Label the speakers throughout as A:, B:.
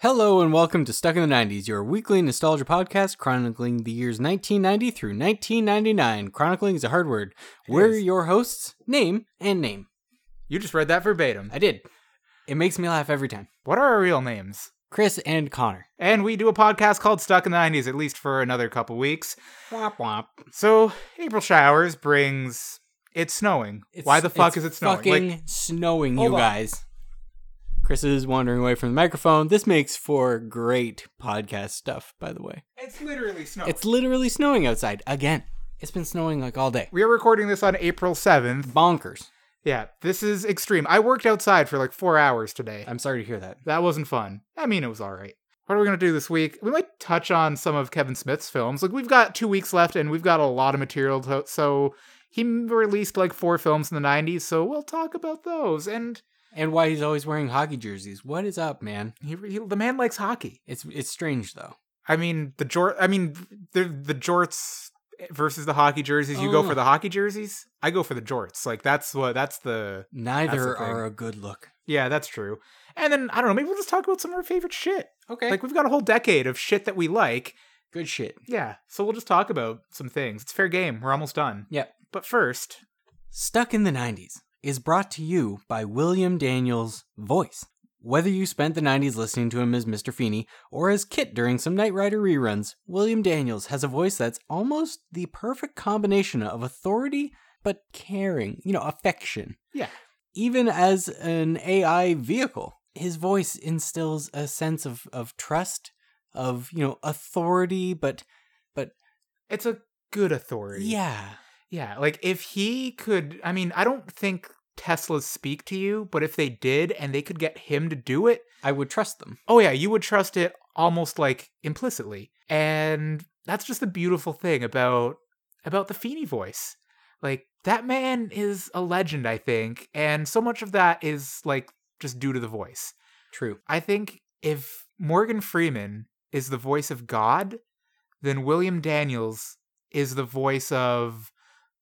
A: Hello and welcome to Stuck in the 90s, your weekly nostalgia podcast chronicling the years 1990 through 1999. Chronicling is a hard word. We're
B: is.
A: your hosts, name and name.
B: You just read that verbatim.
A: I did. It makes me laugh every time.
B: What are our real names?
A: Chris and Connor.
B: And we do a podcast called Stuck in the 90s, at least for another couple weeks.
A: Womp womp.
B: So, April showers brings. It's snowing. Why the fuck is
A: it's
B: it snowing?
A: Fucking
B: Like,
A: snowing, you
B: Hold on.
A: guys. Chris is wandering away from the microphone. This makes for great podcast stuff, by the way.
B: it's literally snowing.
A: It's literally snowing outside again. It's been snowing like all day.
B: we are recording this on April 7th.
A: Bonkers.
B: Yeah, this is extreme. I worked outside for like four hours today.
A: I'm sorry to hear that.
B: That wasn't fun. I mean, it was all right. What are we going to do this week? We might touch on some of Kevin Smith's films. Like, we've got two weeks left and we've got a lot of material. To, so, he released like four films in the 90s. So, we'll talk about those. And
A: And why he's always wearing hockey jerseys. What is up, man?
B: he, he the man likes hockey.
A: It's it's strange though.
B: I mean, the jort, I mean, the, the jorts versus the hockey jerseys. You go
A: Oh.
B: for the hockey jerseys. I go for the jorts. Like, that's what, that's the,
A: Neither
B: That's the
A: are a good look.
B: yeah, that's true. And then, I don't know, maybe we'll just talk about some of our favorite shit.
A: Okay.
B: Like, we've got a whole decade of shit that we like.
A: good shit.
B: Yeah, so we'll just talk about some things. It's fair game. We're almost done.
A: Yep.
B: But first,
A: Stuck in the 90s is brought to you by William Daniels' voice. Whether you spent the 90s listening to him as Mr. Feeney or as Kit during some Knight Rider reruns, William Daniels has a voice that's almost the perfect combination of authority but caring, you know, affection.
B: Yeah.
A: Even as an AI vehicle, his voice instills a sense of, of trust, of, you know, authority, but
B: it's a good authority.
A: yeah.
B: Yeah, like if he could, I mean, I don't think Teslas speak to you, but if they did and they could get him to do it,
A: I would trust them.
B: oh yeah, you would trust it almost like implicitly. And that's just the beautiful thing about about the Feeney voice. Like that man is a legend, I think, and so much of that is like just due to the voice.
A: True.
B: I think if Morgan Freeman is the voice of God, then William Daniels is the voice of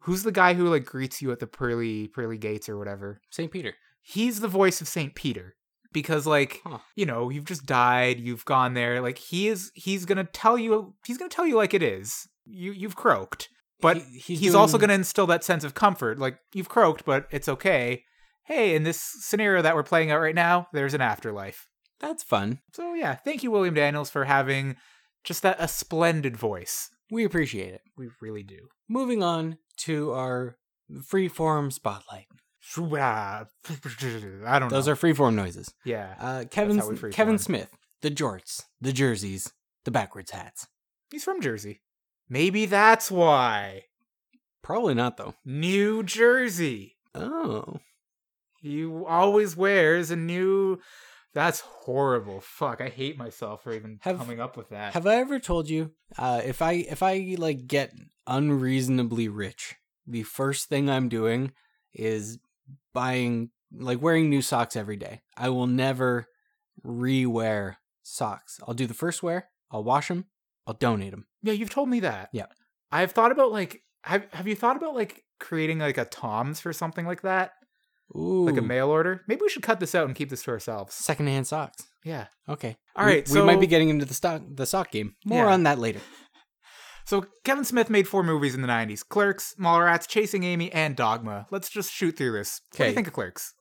B: who's the guy who like greets you at the pearly pearly gates or whatever.
A: St. Peter.
B: He's the voice of Saint Peter because like
A: Huh.
B: you know you've just died, you've gone there. Like he is, he's gonna tell you, he's gonna tell you like it is. You you've croaked, but
A: He-
B: he's,
A: doing-
B: also going to instill that sense of comfort like you've croaked but it's okay hey in this scenario that we're playing out right now there's an afterlife
A: That's fun.
B: so yeah thank you william daniels for having just that a splendid voice
A: We appreciate it.
B: we really do
A: Moving on to our freeform spotlight.
B: i don't
A: Those
B: know
A: are freeform noises.
B: yeah
A: Uh, Kevin
B: how we freeform.
A: Kevin Smith, the jorts, the jerseys, the backwards hats.
B: he's from jersey maybe that's why
A: Probably not though.
B: new jersey
A: Oh,
B: he always wears a new that's horrible fuck i hate myself for even
A: Have-
B: coming up with that
A: have I ever told you? Uh, if I if I like get unreasonably rich, the first thing I'm doing is buying like wearing new socks every day. I will never re-wear socks. I'll do the first wear. I'll wash them. I'll donate them.
B: Yeah, you've told me that.
A: Yeah.
B: I've thought about like have have you thought about like creating like a Tom's for something like that?
A: Ooh,
B: Like a mail order? Maybe we should cut this out and keep this to ourselves.
A: secondhand socks.
B: Yeah.
A: Okay.
B: All
A: We-
B: right,
A: we might be
B: so-
A: getting into the stock the sock game. More
B: Yeah.
A: on that later.
B: So Kevin Smith made four movies in the 90s. Clerks, Mallrats, Chasing Amy, and Dogma. Let's just shoot through this. What do
A: Okay.
B: you think of Clerks?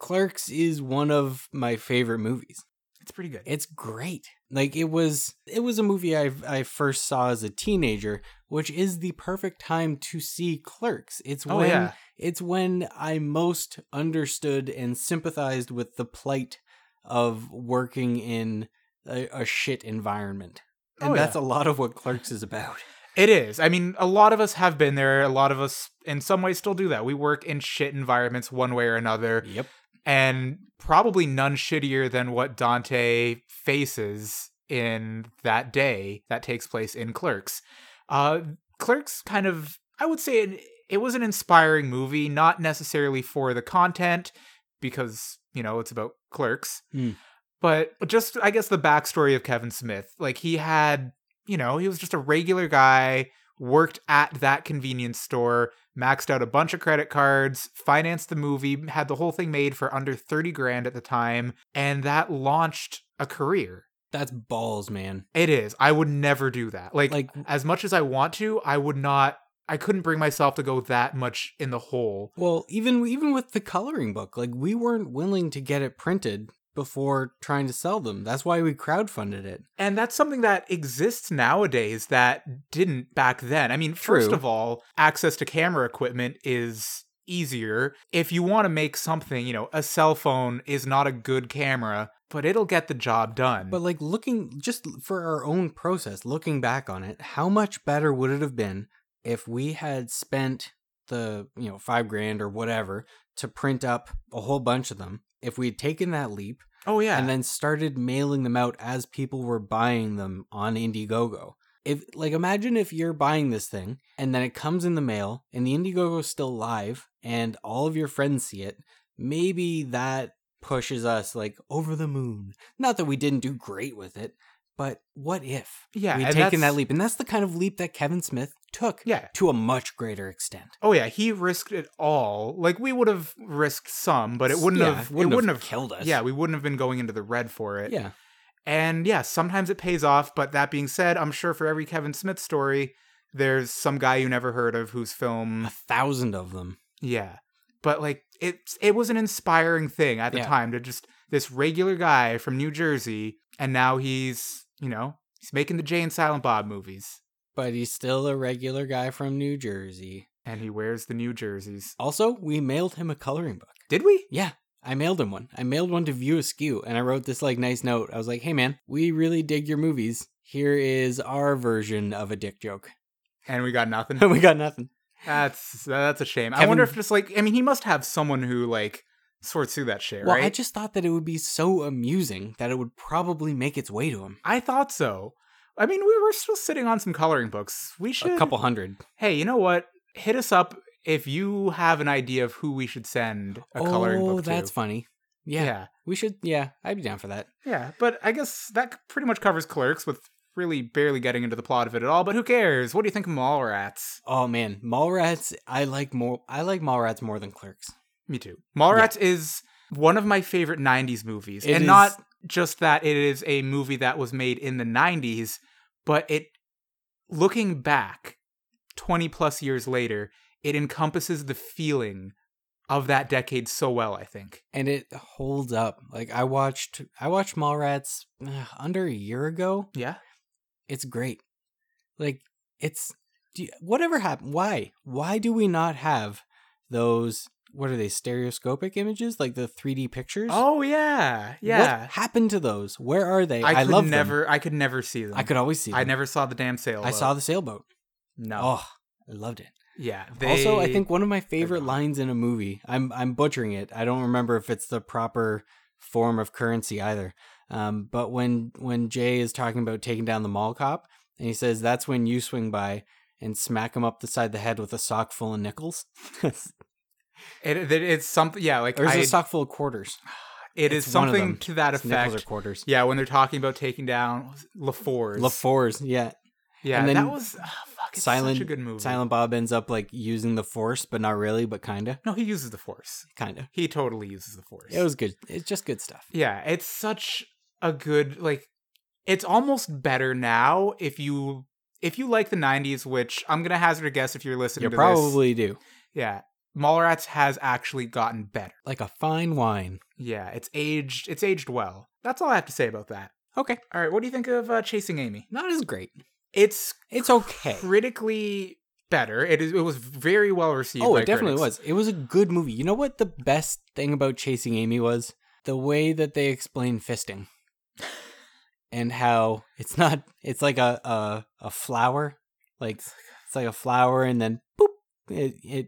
A: Clerks is one of my favorite movies.
B: It's pretty good.
A: It's great. Like it was it was a movie I I first saw as a teenager, which is the perfect time to see Clerks. It's
B: Oh,
A: when
B: yeah.
A: it's when I most understood and sympathized with the plight of working in a, a shit environment. And
B: Oh,
A: that's
B: yeah.
A: a lot of what Clerks is about.
B: It is. I mean, a lot of us have been there. A lot of us in some ways still do that. We work in shit environments one way or another.
A: Yep.
B: and probably none shittier than what Dante faces in that day that takes place in Clerks. Uh, Clerks kind of, I would say, it, it was an inspiring movie, not necessarily for the content because you know it's about Clerks,
A: Mm.
B: but just I guess the backstory of Kevin Smith. Like he had, you know, he was just a regular guy. Worked at that convenience store, maxed out a bunch of credit cards, financed the movie, had the whole thing made for under 30 grand at the time, and that launched a career.
A: That's balls, man.
B: It is. I would never do that. Like,
A: Like,
B: as much as I want to, I would not. I couldn't bring myself to go that much in the hole.
A: well, even even with the coloring book, like we weren't willing to get it printed before trying to sell them. That's why we crowdfunded it.
B: And that's something that exists nowadays that didn't back then. I mean, first
A: True.
B: of all, access to camera equipment is easier. If you want to make something, you know, a cell phone is not a good camera, but it'll get the job done.
A: But like looking just for our own process, looking back on it, how much better would it have been if we had spent the, you know, 5 grand or whatever to print up a whole bunch of them? If we had taken that leap
B: oh yeah.
A: and then started mailing them out as people were buying them on Indiegogo. If like imagine if you're buying this thing and then it comes in the mail and the Indiegogo is still live and all of your friends see it, maybe that pushes us like over the moon. Not that we didn't do great with it, but what if
B: yeah,
A: we'd
B: and
A: taken
B: that's-
A: that leap? And that's the kind of leap that Kevin Smith took
B: Yeah.
A: to a much greater extent.
B: Oh yeah, he risked it all. Like we would have risked some, but it wouldn't
A: Yeah,
B: have. it wouldn't have.
A: killed us.
B: yeah, we wouldn't have been going into the red for it.
A: yeah.
B: And yeah, sometimes it pays off, but that being said, I'm sure for every Kevin Smith story, there's some guy you never heard of whose
A: A
B: film
A: thousand of them.
B: Yeah. But like it's it was an inspiring thing at the
A: Yeah.
B: time to just this regular guy from New Jersey and now he's, you know, he's making the Jay and Silent Bob movies
A: But he's still a regular guy from New Jersey.
B: and he wears the New Jerseys.
A: Also, we mailed him a coloring book.
B: Did we?
A: Yeah, I mailed him one. I mailed one to View Askew, and I wrote this like nice note. I was like, "Hey man, we really dig your movies. Here is our version of a dick joke."
B: And we got nothing.
A: And we got nothing.
B: that's that's a shame. I
A: Kevin-
B: wonder if just like I mean he must have someone who like sorts through that shit,
A: Well,
B: right?
A: I just thought that it would be so amusing that it would probably make its way to him.
B: I thought so. I mean, we were still sitting on some coloring books. We should
A: A couple hundred.
B: hey, you know what? Hit us up if you have an idea of who we should send a coloring
A: oh,
B: book to.
A: that's funny. Yeah,
B: yeah,
A: we should. Yeah, I'd be down for that.
B: Yeah, But I guess that c- pretty much covers Clerks with really barely getting into the plot of it at all. But who cares? What do you think of Mallrats?
A: Oh man, Mallrats. I like more. I like Mallrats more than Clerks.
B: Me too. Mallrats is one of my favorite '90s movies,
A: It
B: and
A: is-
B: not just that it is a movie that was made in the '90s, but it, looking back, twenty plus years later, it encompasses the feeling of that decade so well. I think.
A: and it holds up. Like I watched, I watched Mallrats uh, under a year ago.
B: Yeah.
A: It's great. Like it's do you- whatever happened. Why? Why do we not have those? What are they? Stereoscopic images, like the three D pictures.
B: Oh yeah,
A: What
B: yeah.
A: happened to those? Where are they?
B: I,
A: I,
B: could
A: love
B: never. I could never see them.
A: them. I could always see. Them.
B: I never saw the damn sailboat.
A: I saw the sailboat.
B: no.
A: Oh, I loved it.
B: yeah.
A: also, I
B: they-
A: think one of my favorite
B: gone.
A: lines in a movie. I'm I'm butchering it. I don't remember if it's the proper form of currency either. Um, but when when Jay is talking about taking down the mall cop, and he says that's when you swing by and smack him up the side of the head with a sock full of nickels, or is
B: it, it- it's something. Yeah, like
A: it
B: I,
A: a sock full of quarters?
B: it is
A: it's one of
B: something
A: them.
B: to that
A: It's nickels or
B: effect.
A: quarters.
B: Yeah, when they're talking about taking down LaFours.
A: LaFours, yeah.
B: Yeah,
A: and then
B: that was ah, fuck, it's
A: Silent-
B: such a good movie.
A: Silent Bob ends up like using the force, but not really, but kinda,
B: No, he uses the Force.
A: kinda.
B: He totally uses the Force.
A: It was good. It's just good stuff.
B: Yeah, it's such a good like it's almost better now if you if you like the 90s, which I'm going to hazard a guess if you're listening
A: You
B: to this.
A: probably do
B: Yeah. Mallrats has actually gotten better.
A: like a fine wine.
B: Yeah, it's aged it's aged well. That's all I have to say about that.
A: Okay.
B: All right, what do you think of uh, Chasing Amy?
A: Not as great.
B: It's
A: It's okay.
B: critically better. It is it was very well received.
A: Oh,
B: by
A: it definitely
B: critics.
A: was. It was a good movie. You know what the best thing about Chasing Amy was? The way that they explain fisting. and how it's not it's like a a, a flower. Like it's like a flower and then boop it, it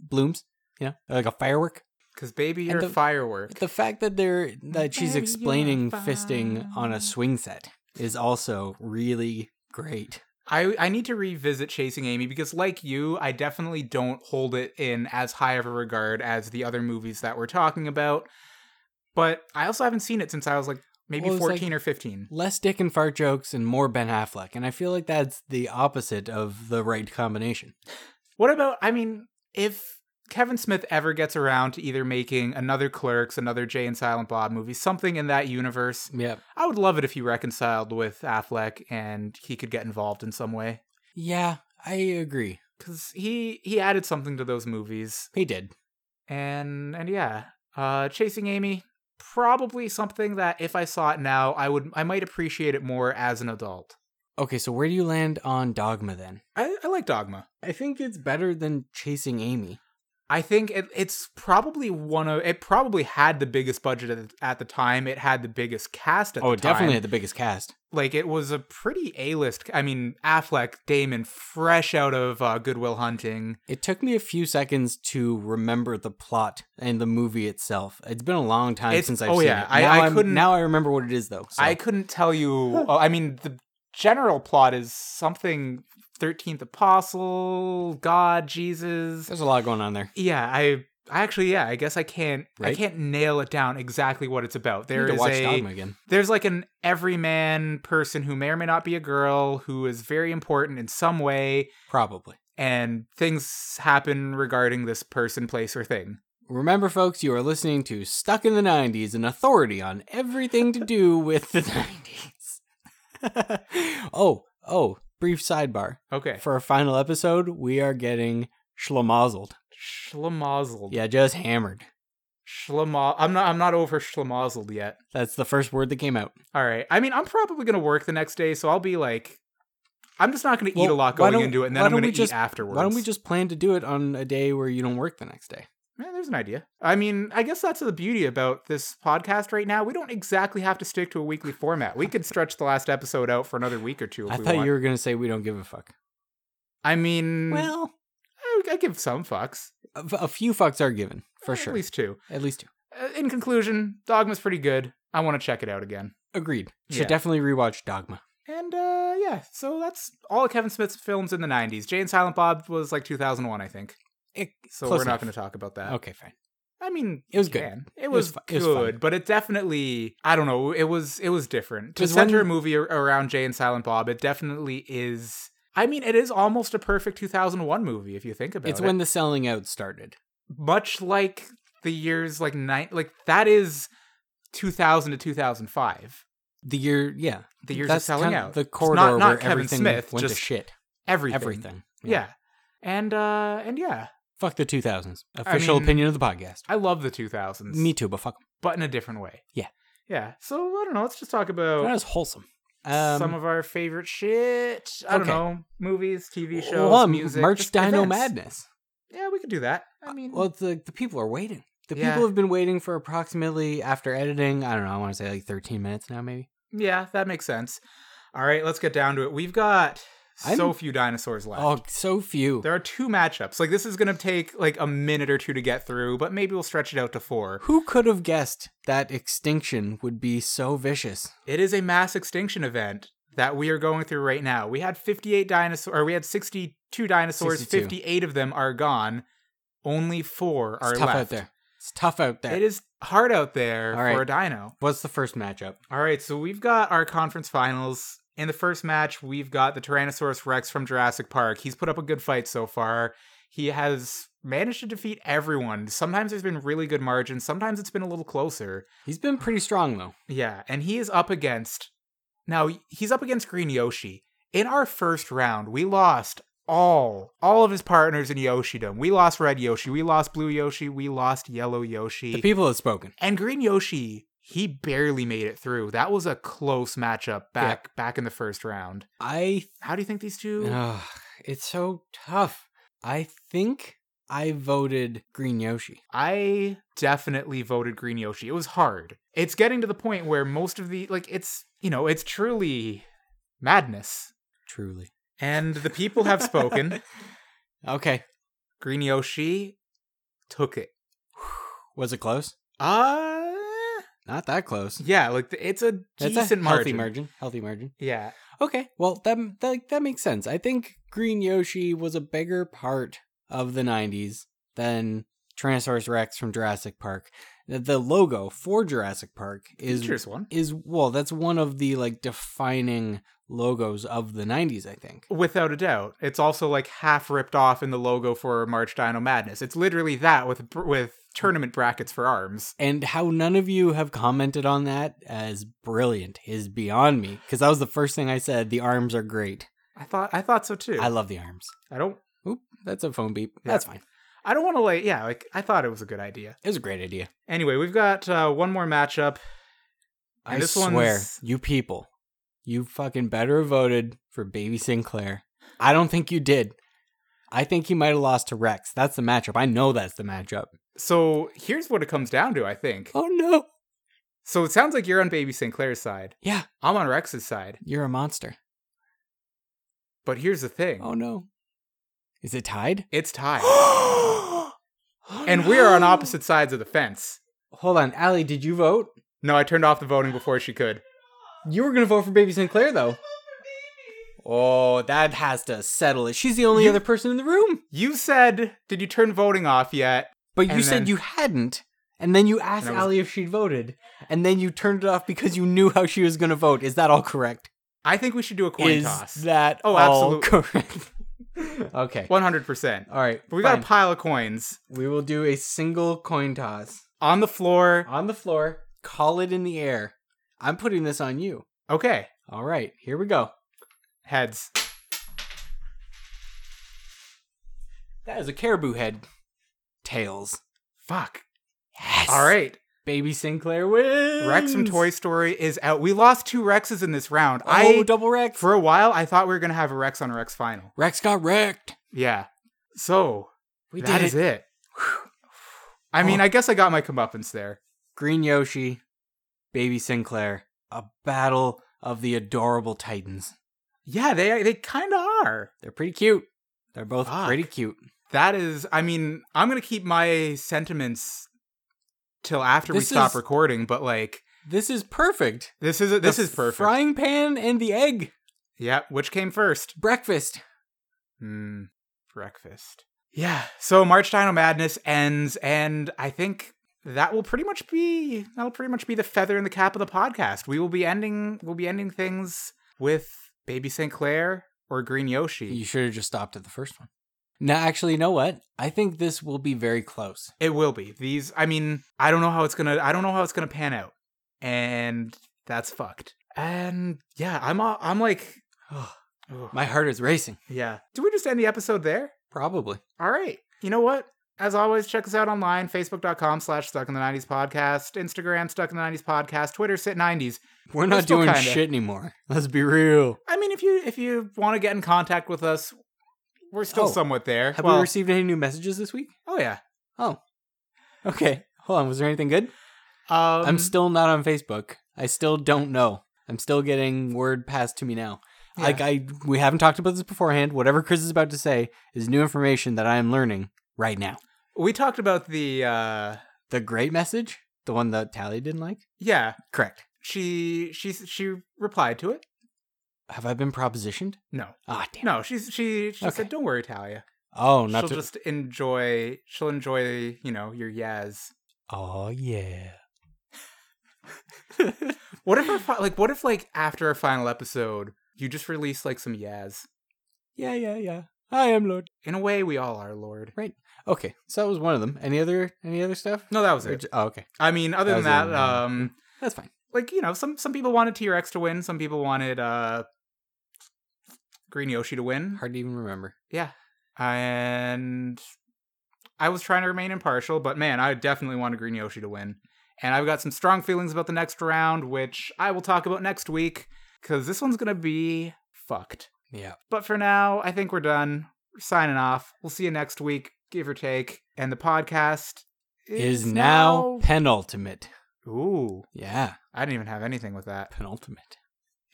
A: blooms. You know, like a firework.
B: Cuz baby you're
A: And
B: a
A: the-
B: firework.
A: The fact that they're that she's
B: Baby, you're
A: explaining fisting on a
B: fine.
A: swing set is also really great.
B: I I need to revisit Chasing Amy because like you, I definitely don't hold it in as high of a regard as the other movies that we're talking about. But I also haven't seen it since I was like maybe
A: Well, it's like-
B: 14 or 15.
A: less dick and fart jokes and more Ben Affleck. And I feel like that's the opposite of the right combination.
B: What about I mean, if Kevin Smith ever gets around to either making another Clerks, another Jay and Silent Bob movie, something in that universe,
A: Yeah.
B: I would love it if he reconciled with Affleck and he could get involved in some way
A: Yeah, I agree.
B: because he he added something to those movies
A: He did.
B: and and yeah, uh, Chasing Amy probably something that if I saw it now, I would I might appreciate it more as an adult.
A: Okay, so where do you land on Dogma then?
B: I, I like Dogma.
A: I think it's better than Chasing Amy.
B: I think it, it's probably one of it probably had the biggest budget at the, at the time. It had the biggest cast at
A: oh,
B: the
A: it
B: time.
A: definitely had the biggest cast.
B: Like it was a pretty A-list. I mean, Affleck, Damon, fresh out of uh, Goodwill Hunting.
A: It took me a few seconds to remember the plot and the movie itself. It's been a long time
B: It's-
A: since I've
B: oh,
A: seen
B: yeah,
A: it.
B: I-
A: now
B: I
A: I'm-
B: couldn't-
A: Now I remember what it is though. So.
B: I couldn't tell you. oh, I mean, the general plot is something 13th Apostle, God, Jesus.
A: There's a lot going on there.
B: Yeah, I I actually yeah, I guess I can't I
A: Right?
B: can't nail it down exactly what it's about.
A: I
B: There
A: need to
B: is
A: watch
B: a
A: Dogma again.
B: there's like an everyman person who may or may not be a girl who is very important in some way
A: Probably.
B: and things happen regarding this person, place or thing.
A: Remember, folks, you are listening to Stuck in the 90s, an authority on everything to do with the 90s. oh, oh, brief sidebar.
B: Okay.
A: For our final episode, we are getting schlamazzled.
B: Schlamazzled.
A: Yeah, just hammered.
B: Schlama- I'm not I'm not over schlamazzled yet.
A: That's the first word that came out.
B: All right. I mean, I'm probably gonna work the next day, so I'll be like, I'm just not gonna eat a
A: Well,
B: lot
A: why
B: going
A: don't-
B: into it, and then
A: why
B: I'm
A: don't
B: gonna
A: we
B: eat
A: just-
B: afterwards.
A: Why don't we just plan to do it on a day where you don't work the next day?
B: Yeah, Eh, there's an idea. I mean, I guess that's the beauty about this podcast right now. We don't exactly have to stick to a weekly format. We could stretch the last episode out for another week or two. If
A: I
B: we
A: thought
B: want. Mm.
A: you were going to say we don't give a fuck.
B: I mean,
A: Well,
B: I, I give some fucks
A: a, a few fucks are given, for
B: At
A: sure.
B: At least two.
A: At least two.
B: Uh, in conclusion, Dogma's pretty good. I want to check it out again.
A: Agreed. Should
B: Yeah.
A: definitely rewatch Dogma.
B: And uh, yeah, so that's all of Kevin Smith's films in the '90s. Jay and Silent Bob was like 2001, I think.
A: It,
B: So
A: Close
B: we're
A: enough.
B: not going to talk about that.
A: okay, fine.
B: I mean,
A: It was
B: you
A: good.
B: can. It, was,
A: was fu- it
B: good,
A: was fun.
B: but it definitely I don't know. It was it was different to
A: 'Cause
B: center
A: when-
B: a movie ar- around Jay and Silent Bob. It definitely is. I mean, it is almost a perfect 2001 movie if you think about
A: It's
B: it.
A: when the selling out started.
B: much like the years like nine, like that is 2000 to 2005.
A: The year, yeah,
B: The years of
A: That's
B: selling
A: kinda
B: out.
A: The
B: It's
A: corridor
B: not, not
A: where
B: Kevin
A: everything
B: Smith,
A: went
B: just
A: to shit.
B: everything.
A: Everything.
B: Yeah. and uh and yeah,
A: Fuck the 2000s.
B: I
A: Official
B: mean-
A: opinion of the podcast.
B: I love the 2000s,
A: Me too, but fuck 'em.
B: but in a different way.
A: Yeah.
B: yeah. So I don't know. Let's just talk about
A: They're not as wholesome. Um,
B: some of our favorite shit. I
A: okay.
B: don't know, movies, TV
A: well,
B: shows,
A: um,
B: music.
A: March
B: just
A: Dino
B: events.
A: Madness. Uh,
B: Yeah, we could do that. I mean,
A: Well, the the people are waiting. The
B: Yeah.
A: people have been waiting for approximately after editing. I don't know. I want to say like 13 minutes now, maybe.
B: yeah, that makes sense. All right, let's get down to it. We've got so
A: I'm-
B: few dinosaurs left.
A: Oh, so few.
B: There are two matchups. Like this is gonna take like a minute or two to get through, but maybe we'll stretch it out to four.
A: Who could have guessed that extinction would be so vicious?
B: It is a mass extinction event that we are going through right now. We had 58 dinosaurs, or we had 62 dinosaurs.
A: 62.
B: 58 of them are gone. Only four
A: It's
B: are
A: tough
B: left.
A: out there. It's tough out there.
B: It is hard out there
A: All
B: for
A: right.
B: a dino.
A: What's the first matchup?
B: All right, so we've got our conference finals. In the first match, we've got the Tyrannosaurus Rex from Jurassic Park. He's put up a good fight so far. He has managed to defeat everyone. Sometimes there's been really good margins, sometimes it's been a little closer.
A: He's been pretty strong though.
B: Yeah, and he is up against. Now, he's up against Green Yoshi. In our first round, we lost all all of his partners in Yoshidom. We lost Red Yoshi, we lost Blue Yoshi, we lost Yellow Yoshi.
A: The people have spoken.
B: And Green Yoshi, he barely made it through. That was a close matchup back back in the first round.
A: I
B: How do you think these two?
A: Ugh, it's so tough. I think I voted Green Yoshi.
B: I definitely voted Green Yoshi. It was hard. It's getting to the point where most of the like it's, you know, it's truly madness.
A: Truly.
B: And the people have spoken.
A: Okay.
B: Green Yoshi took it.
A: Was it close?
B: Uh
A: Not that close.
B: yeah, like it's a
A: That's
B: decent
A: a healthy
B: margin.
A: margin. Healthy margin.
B: Yeah.
A: Okay. Well, that, that that makes sense. I think Green Yoshi was a bigger part of the 90s than Tyrannosaurus Rex from Jurassic Park. the logo for Jurassic Park is
B: Features one.
A: is well, that's one of the like defining logos of the 90s, I think.
B: Without a doubt, it's also like half ripped off in the logo for March Dino Madness. It's literally that with with tournament brackets for arms.
A: And how none of you have commented on that as brilliant is beyond me because that was the first thing I said. The arms are great.
B: I thought I thought so too.
A: I love the arms.
B: I don't
A: Oop, that's a phone beep.
B: Yeah.
A: That's fine.
B: I don't want to like yeah, like I thought it was a good idea.
A: It was a great idea.
B: Anyway, we've got uh, one more matchup. And
A: I
B: this
A: swear,
B: one's-
A: you people, you fucking better have voted for Baby Sinclair. I don't think you did. I think you might have lost to Rex. That's the matchup. I know that's the matchup.
B: So here's what it comes down to, I think.
A: Oh no.
B: So it sounds like you're on Baby Sinclair's side.
A: Yeah,
B: I'm on Rex's side.
A: you're a monster.
B: But here's the thing.
A: Oh no. Is it tied?
B: It's tied.
A: Oh,
B: and we are on
A: no.
B: opposite sides of the fence.
A: Hold on, Allie, did you vote?
B: No, I turned off the voting before she could.
A: You were gonna vote for Baby Sinclair though. Oh, that has to settle it. She's the only
B: You-
A: other person in the room.
B: You said, did you turn voting off yet?
A: But you
B: And
A: said
B: then-
A: you hadn't, and then you asked
B: And I was-
A: Allie if she'd voted, and then you turned it off because you knew how she was going to vote. Is that all correct?
B: I think we should do a coin
A: Is
B: toss.
A: that
B: Oh,
A: all correct? okay.
B: 100%.
A: All right.
B: But we got a
A: fine.
B: pile of coins
A: we will do a single coin toss
B: on the floor.
A: on the floor. Call it in the air. I'm putting this on you.
B: Okay,
A: All right. Here we go.
B: heads.
A: That is a caribou head. Tails.
B: Fuck.
A: Yes.
B: All right.
A: Baby Sinclair wins.
B: Rex from Toy Story is out. We lost two Rexes in this round.
A: Oh,
B: I
A: double Rex.
B: for a while I thought we were gonna have a Rex on a Rex final.
A: Rex got wrecked.
B: Yeah. So
A: We
B: that
A: did
B: is
A: it. Oh.
B: it. I mean, I guess I got my comeuppance there.
A: Green Yoshi, Baby Sinclair, a battle of the adorable titans.
B: Yeah, they they kind of are.
A: They're pretty cute. They're both
B: Fuck.
A: pretty cute.
B: That is, I mean, I'm gonna keep my sentiments till after
A: This
B: we stop
A: is-
B: recording. But like,
A: This is perfect.
B: this is this
A: The
B: is perfect.
A: Frying pan and the egg
B: yeah, which came first?
A: breakfast.
B: Hmm, breakfast. Yeah. So March Dino Madness ends, and I think that will pretty much be that'll pretty much be the feather in the cap of the podcast. We will be ending we'll be ending things with Baby St. Clair or Green Yoshi.
A: You should have just stopped at the first one. Now, actually, you know what? I think this will be very close.
B: It will be. These I mean, I don't know how it's gonna I don't know how it's gonna pan out. And that's fucked. And yeah, I'm a- I'm like ugh.
A: My heart is racing.
B: Yeah. Do we just end the episode there?
A: Probably.
B: All right. You know what? As always, check us out online, facebook.com slash stuck in the nineties podcast, Instagram stuck in the nineties podcast, Twitter sit nineties.
A: We're not
B: still
A: doing
B: kinda.
A: shit anymore. Let's be real.
B: I mean if you if you want to get in contact with us, we're still
A: Oh.
B: somewhat there.
A: Have
B: Well,
A: we received any new messages this week?
B: oh yeah.
A: Okay. Hold on. Was there anything good?
B: Um,
A: I'm still not on Facebook. I still don't know. I'm still getting word passed to me now.
B: Yeah.
A: Like I we haven't talked about this beforehand. Whatever Chris is about to say is new information that I am learning right now.
B: we talked about the uh
A: The great message, the one that Tally didn't like?
B: yeah.
A: Correct.
B: She she she replied to it.
A: Have I been propositioned?
B: No.
A: Ah, damn.
B: No, she's she she
A: Okay.
B: said, "Don't worry, Talia.
A: Oh, not
B: she'll
A: to
B: just enjoy. She'll enjoy. You know, your yaz.
A: Oh yeah.
B: What if our fi- like? What if like after our final episode, you just release like some yaz?
A: Yeah, yeah, yeah. I am Lord.
B: In a way, we all are, Lord.
A: Okay. So that was one of them. Any other any other stuff?
B: No, that was
A: Or
B: it.
A: ju- Oh, okay.
B: I mean, other
A: That
B: than
A: was the
B: that,
A: only one.
B: um,
A: That's fine.
B: like you know, some some people wanted T Rex to win. Some people wanted uh, Green Yoshi to win.
A: Hard to even remember.
B: and I was trying to remain impartial, but man, I definitely wanted Green Yoshi to win. And I've got some strong feelings about the next round, which I will talk about next week, because this one's gonna be fucked.
A: Yeah.
B: But for now, I think we're done. We're signing off. We'll see you next week, give or take. And the podcast
A: Is now penultimate.
B: Ooh,
A: Yeah,
B: I didn't even have anything with that.
A: penultimate.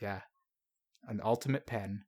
B: Yeah, an ultimate pen.